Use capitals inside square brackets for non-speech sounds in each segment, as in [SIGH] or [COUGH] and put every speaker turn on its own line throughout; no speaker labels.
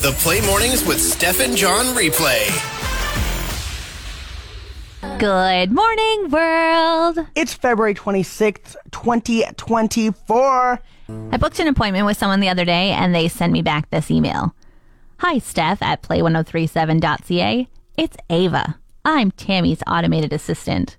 The Play Mornings with Steph and John replay.
Good morning, world.
It's February 26th, 2024.
I booked an appointment with someone the other day and they sent me back this email. Hi, Steph at play1037.ca. It's Ava. I'm Tammy's automated assistant.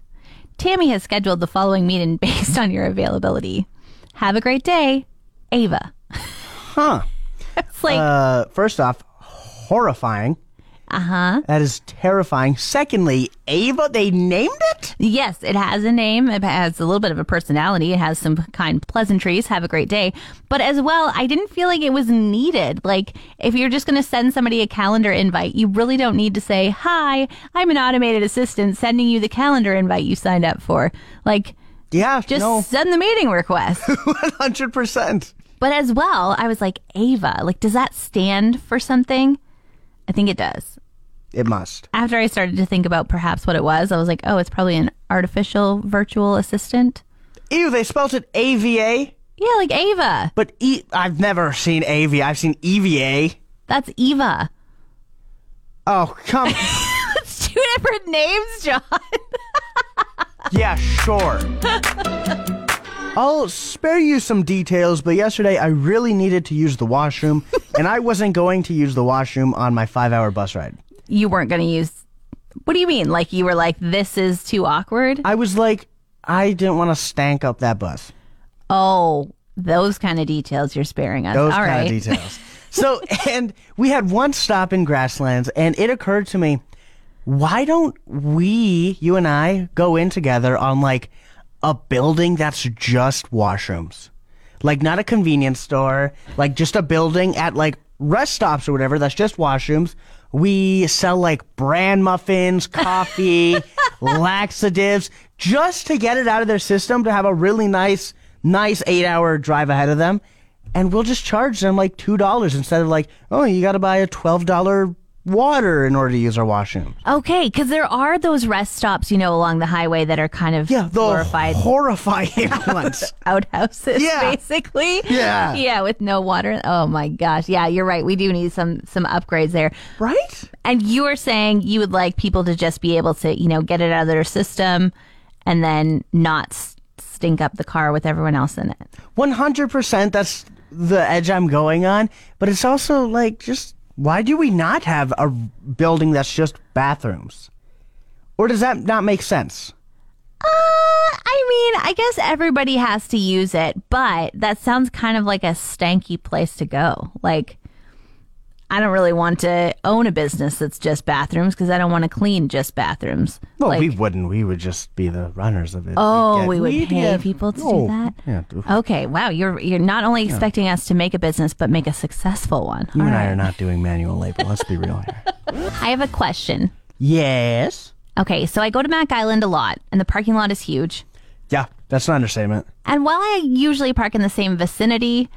Tammy has scheduled the following meeting [LAUGHS] based on your availability. Have a great day, Ava.
Huh.
[LAUGHS] It's like,
Uh, first off, horrifying.
uh huh.
That is terrifying. Secondly, Ava, they named it?
Yes, it has a name. It has a little bit of a personality. It has some kind pleasantries. Have a great day. But as well, I didn't feel like it was needed. Like, if you're just going to send somebody a calendar invite, you really don't need to say, Hi, I'm an automated assistant sending you the calendar invite you signed up for. Like,
Yeah,
just
no,
send the meeting request.
100%.
but as well, I was like, Ava, like, does that stand for something? I think it does.
It must.
After I started to think about perhaps what it was, I was like, oh, it's probably an artificial virtual assistant.
Ew, they spelt it AVA,
Yeah, like Ava.
but e- I've never seen AVA. I've seen E EVA.
That's Eva. [LAUGHS]
Oh, come.
It's two different names, John. [LAUGHS]
yeah, sure. I'll spare you some details, but yesterday I really needed to use
[LAUGHS]
the washroom, and I wasn't going to use the washroom on my five hour bus ride.
You weren't going to use. What do you mean? Like you were like, this is too awkward?
I was like, I didn't want to stank up that bus.
Oh, those kind of details you're sparing us.
Those
All
kind
right.
of
[LAUGHS]
details. So, and we had one stop in Grasslands, and it occurred to me, why don't we, you and I, go in together on like a building that's just washrooms? Like, not a convenience store, like just a building at like rest stops or whatever that's just washrooms. We sell like bran muffins, coffee, laxatives, just to get it out of their system to have a really nice, nice eight hour drive ahead of them and we'll just charge them like two dollars instead of like, oh, you got to buy a twelve dollar water in order to use our washroom.
Okay, because there are those rest stops, you know, along the highway that are kind of
Yeah, the [SIGHS]
glorified [LAUGHS]
horrifying ones.
outhouses,
Yeah.
basically.
Yeah.
Yeah, with no water. Oh my gosh. Yeah, you're right. We do need some some upgrades there.
right?
And you were saying you would like people to just be able to, you know, get it out of their system and then not s- stink up the car with everyone else in it.
One hundred percent. That's the edge I'm going on. But it's also like, just why do we not have a building that's just bathrooms? Or does that not make sense?
Uh, I mean, I guess everybody has to use it, but that sounds kind of like a stanky place to go. Like, I don't really want to own a business that's just bathrooms because I don't want to clean just bathrooms.
Well,
Like-
we wouldn't. We would just be the runners of it. We'd
Oh,
get-
we would
we'd
pay
get-
people to do
No.
that?
Yeah, dude.
Okay, wow, you're you're not only expecting us to make a business but make a successful one.
you
All
and I
right.
are not doing manual labor. Let's be real
[LAUGHS]
here.
I have a question.
Yes.
Okay, so I go to Mack Island a lot, and the parking lot is huge.
Yeah, that's an understatement.
And while I usually park in the same vicinity,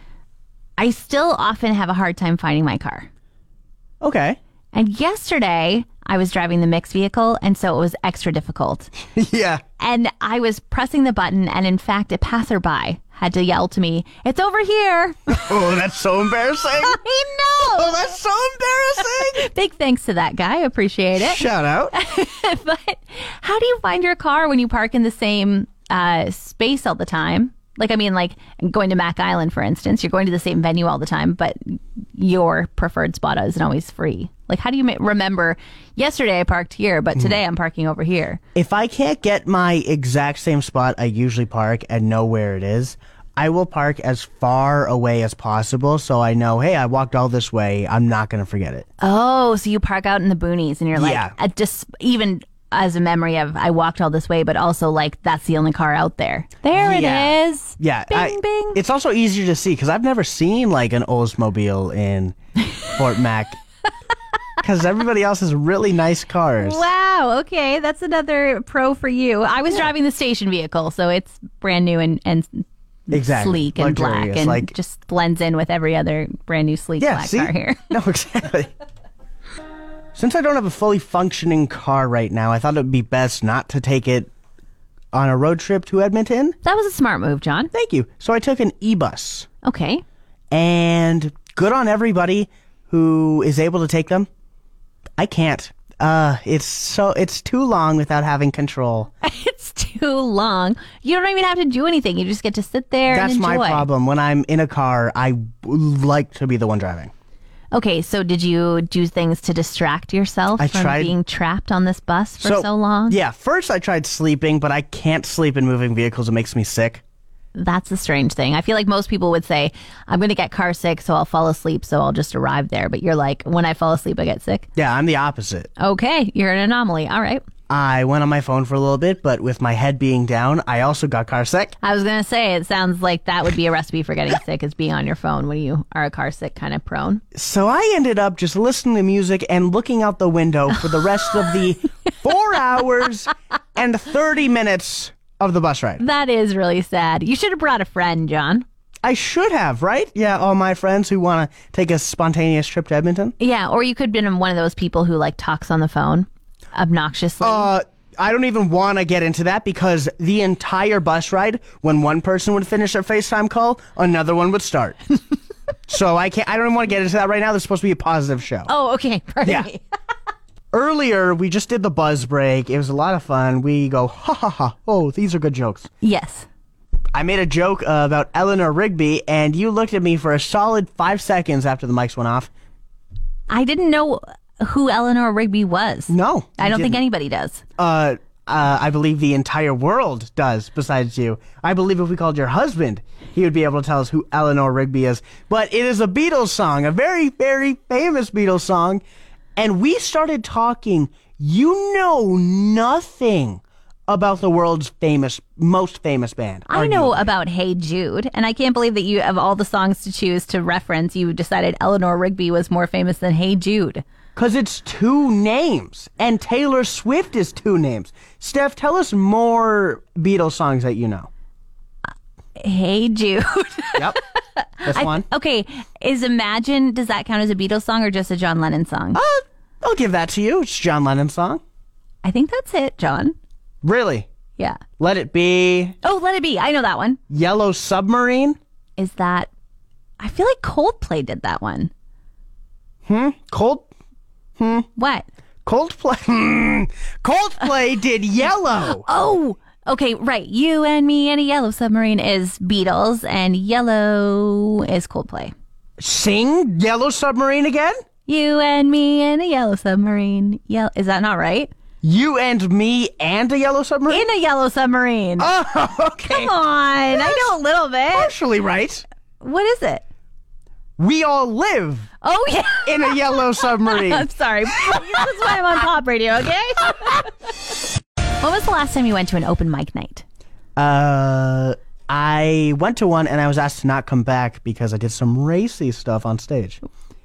I still often have a hard time finding my car.
Okay.
And yesterday, I was driving the mixed vehicle, and so it was extra difficult.
[LAUGHS] yeah.
And I was pressing the button, and in fact, a passerby had to yell to me, It's over here! [LAUGHS]
Oh, that's so embarrassing. Oh,
I know!
that's so embarrassing.
Big thanks to that guy. I appreciate it. [LAUGHS]
Shout out.
but how do you find your car when you park in the same uh, space all the time? Like, I mean, like going to Mack Island, for instance, you're going to the same venue all the time, but your preferred spot isn't always free. Like, how do you ma- remember yesterday I parked here, but today
Hmm.
I'm parking over here?
If I can't get my exact same spot I usually park and know where it is, I will park as far away as possible so I know, hey, I walked all
Uh,
this way. I'm not going to forget it.
Oh, so you park out in the boonies and you're like,
Yeah.
a dis- even as a memory of I walked all this way, but also like that's the only car out there. There
Yeah.
it is.
Yeah,
Bing
I-
bing.
It's also easier to see because I've never seen like an
[LAUGHS]
Oldsmobile in Fort Mac because everybody else has really nice cars.
Wow. Okay, that's another pro for you. I was driving the station vehicle, so it's brand new and and
Exactly.
sleek and black
Luxurious,
and
like-
just blends in with every other brand new sleek
Yeah,
black
see?
car here. [LAUGHS]
No, exactly. Since I don't have a fully functioning car right now, I thought it would be best not to take it on a road trip to Edmonton.
That was a smart move, John.
Thank you. So I took an e bus.
Okay. [LAUGHS]
and good on everybody who is able to take them. I can't. Uh, it's so it's too long without having control.
It's too long. You don't even have to do anything. You just get to sit there and
That's
enjoy.
my problem. When I'm in a car, I w- like to be the one driving.
Okay, so did you do things to distract yourself
I
from
tried-
being trapped on this bus for so, long?
Yeah, first I tried sleeping, but I can't sleep in moving vehicles. It makes me sick.
That's a strange thing. I feel like most people would say, I'm going to get car sick, so I'll fall asleep, so I'll just arrive there. But you're like, when I fall asleep, I get sick.
Yeah, I'm the opposite.
Okay, you're an anomaly. All right.
I went on my phone for a little bit, but with my head being down, I also got car sick.
I was going to say, it sounds like that would be a recipe for getting sick, is being on your phone when you are a car sick kind of prone.
So I ended up just listening to music and looking out the window for the rest of the four hours and 30 minutes of the bus ride.
That is really sad. You should have brought a friend, John.
I should have, right? Yeah, all my friends who want to take a spontaneous trip to Edmonton.
Yeah, or you could have been one of those people who like talks on the phone obnoxiously.
Uh, I don't even want to get into that because the entire bus ride, when one person would finish their FaceTime call, another one would start. so I can't, I don't want to get into that right now. This is supposed to be a positive show.
oh, okay. [LAUGHS] Pardon
Yeah.
me.
Earlier, we just did the buzz break. It was a lot of fun. We go, ha ha ha. Oh, these are good jokes.
Yes.
I made a joke uh, about Eleanor Rigby, and you looked at me for a solid five seconds after the mics went off.
I didn't know who Eleanor Rigby was.
No,
I
you
don't think
didn't.
anybody does.
Uh, uh, I believe the entire world does, besides you. I believe if we called your husband, he would be able to tell us who Eleanor Rigby is. But it is a Beatles song, a very, very famous Beatles song. And we started talking. You know nothing about the world's famous, most famous band.
I know about Hey Jude, and I can't believe that you, of all the songs to choose to reference, you decided Eleanor Rigby was more famous than Hey Jude.
Because it's two names, and Taylor Swift is two names. Steph, tell us more Beatles songs that you know.
Hey Jude. [LAUGHS]
Yep. That's one.
okay, is Imagine, does that count as a Beatles song or just a John Lennon song?
Uh, I'll give that to you. It's a John Lennon song.
I think that's it, John.
Really?
Yeah.
Let It Be,
Oh, Let It Be. I know that one.
Yellow Submarine,
Is that, I feel like Coldplay did that one.
Cold,
What?
Coldplay. [LAUGHS] Hmm. Coldplay did Yellow.
Oh, okay, right. You and me and a yellow submarine is Beatles, and yellow is Coldplay.
Sing Yellow Submarine again?
You and me and a yellow submarine. Yell is that not right?
You and me and a Yellow Submarine?
In a yellow submarine.
oh, [LAUGHS] okay.
Come on, I know a little bit.
Partially right.
What is it?
We all live
Oh yeah. [LAUGHS]
in a Yellow Submarine.
I'm sorry. this is why I'm on pop radio. [LAUGHS] Okay. when was the last time you went to an open mic night?
Uh, I went to one and I was asked to not come back because I did some racy stuff on stage.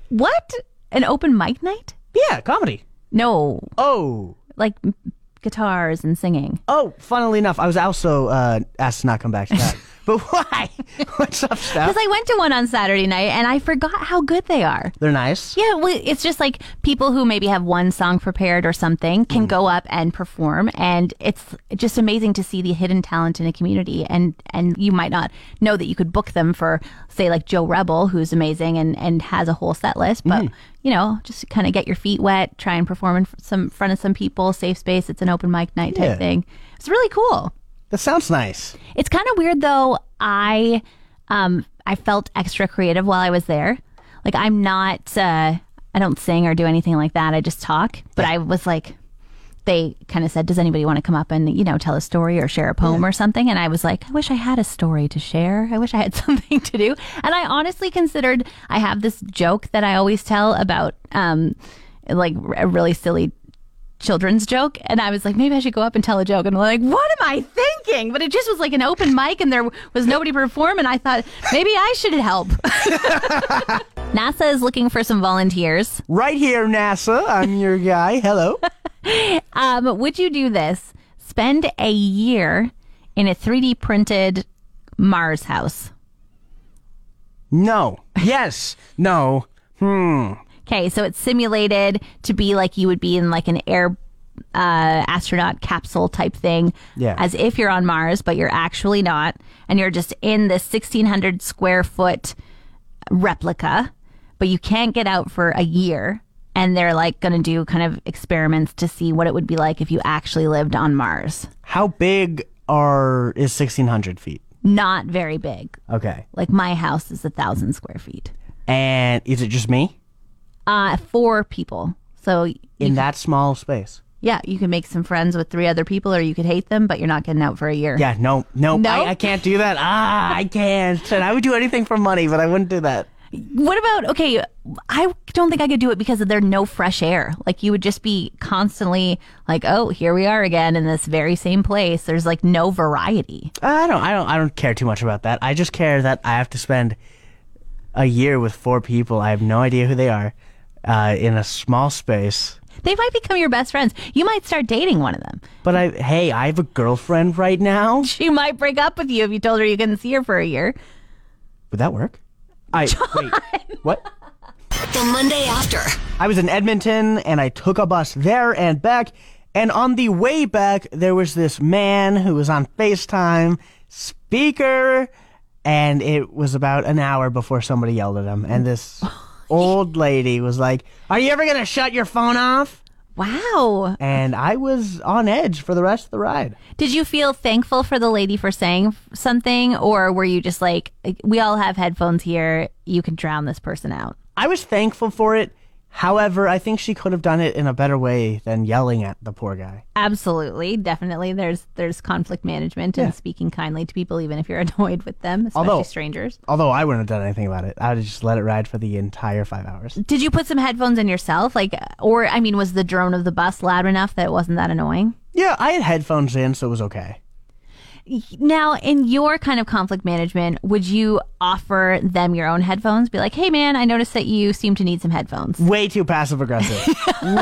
What? An open mic night?
Yeah, comedy.
No,
Oh,
like m- guitars and singing.
oh. Funnily enough, I was also uh, asked to not come back to [LAUGHS] that. but why? What's up, Steph?
Because I went to one on Saturday night and I forgot how good they are.
[LAUGHS] They're nice.
Yeah, well, it's just like people who maybe have one song prepared or something can go up and perform, and it's just amazing to see the hidden talent in a community. And and you might not know that you could book them for, say, like Joe Rebel, who's amazing and and has a whole set list. But you know, just kind of get your feet wet, try and perform in f- some front of some people, safe space. It's an open mic night type
Yeah.
thing. It's really cool.
That sounds nice.
It's kind of weird though. I um I felt extra creative while I was there. Like I'm not uh I don't sing or do anything like that. I just talk, but I was like they kind of said, "Does anybody want to come up and, you know, tell a story or share a poem or something?" And I was like, "I wish I had a story to share. I wish I had [LAUGHS] something to do." And I honestly considered I have this joke that I always tell about um like r- a really silly children's joke, and I was like, maybe I should go up and tell a joke. And I'm like, what am I thinking? But it just was like an open mic, and there was nobody to perform, and I thought maybe I should help. [LAUGHS] NASA is looking for some volunteers.
Right here, NASA. I'm [LAUGHS] your guy. Hello.
Um, would you do this? Spend a year in a 3D printed Mars house.
No. Yes. No.
Okay, so it's simulated to be like you would be in like an air uh, astronaut capsule type thing,
Yeah.
as if you're on Mars, but you're actually not, and you're just in this 1,600 square foot replica, but you can't get out for a year. And they're like going to do kind of experiments to see what it would be like if you actually lived on Mars.
How big are is 1600 feet?
Not very big.
Okay.
Like my house is a thousand square feet.
And is it just me
Uh, four people. So
in that small space?
Yeah, you can make some friends with three other people, or you could hate them, but you're not getting out for a year.
Yeah. No. No.
No?
I, I can't do that. Ah, I can't. And I would do anything for money, but I wouldn't do that.
What about, okay, I don't think I could do it because there's no fresh air. Like, you would just be constantly like, oh, here we are again in this very same place. There's like no variety.
I don't. I don't. I don't care too much about that. I just care that I have to spend a year with four people. I have no idea who they are. Uh, in a small space.
They might become your best friends. You might start dating one of them.
But I, hey, I have a girlfriend right now.
She might break up with you if you told her you couldn't see her for a year.
Would that work? [LAUGHS] I wait. What?
The Monday after.
I was in Edmonton and I took a bus there and back. And on the way back, there was this man who was on FaceTime speaker, and it was about an hour before somebody yelled at him. And
[LAUGHS]
this
Oh,
old lady was like, "Are you ever gonna shut your phone off?"
Wow.
And I was on edge for the rest of the ride.
Did you feel thankful for the lady for saying f- something, or were you just like, we all have headphones here, you can drown this person out?
I was thankful for it. However, I think she could have done it in a better way than yelling at the poor guy.
Absolutely, definitely. There's there's conflict management and speaking kindly to people, even if you're [LAUGHS] annoyed with them, especially
Although-
strangers.
Although I wouldn't have done anything about it. I would have just let it ride for the entire five hours.
Did you put some headphones in yourself, like, or I mean, was the drone of the bus loud enough that it wasn't that annoying?
[LAUGHS] Yeah, I had headphones in, so it was okay.
Now, in your kind of conflict management, would you offer them your own headphones? Be like, hey, man, I noticed that you seem to need some headphones.
Way too passive [LAUGHS] aggressive.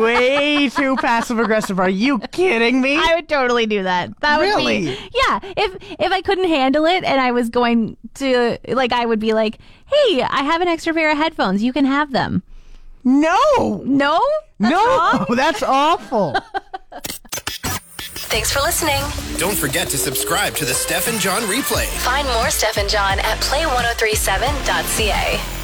Way too passive aggressive. Are you kidding me?
I would totally do that. That would
Really?
be Yeah. If if I couldn't handle it and I was going to like I would be like, Hey, I have an extra pair of headphones, you can have them.
no,
No? That's
no,
wrong?
[LAUGHS] that's awful.
Thanks for listening.
Don't forget to subscribe to the Steph and John replay.
Find more Steph and John at play1037.ca.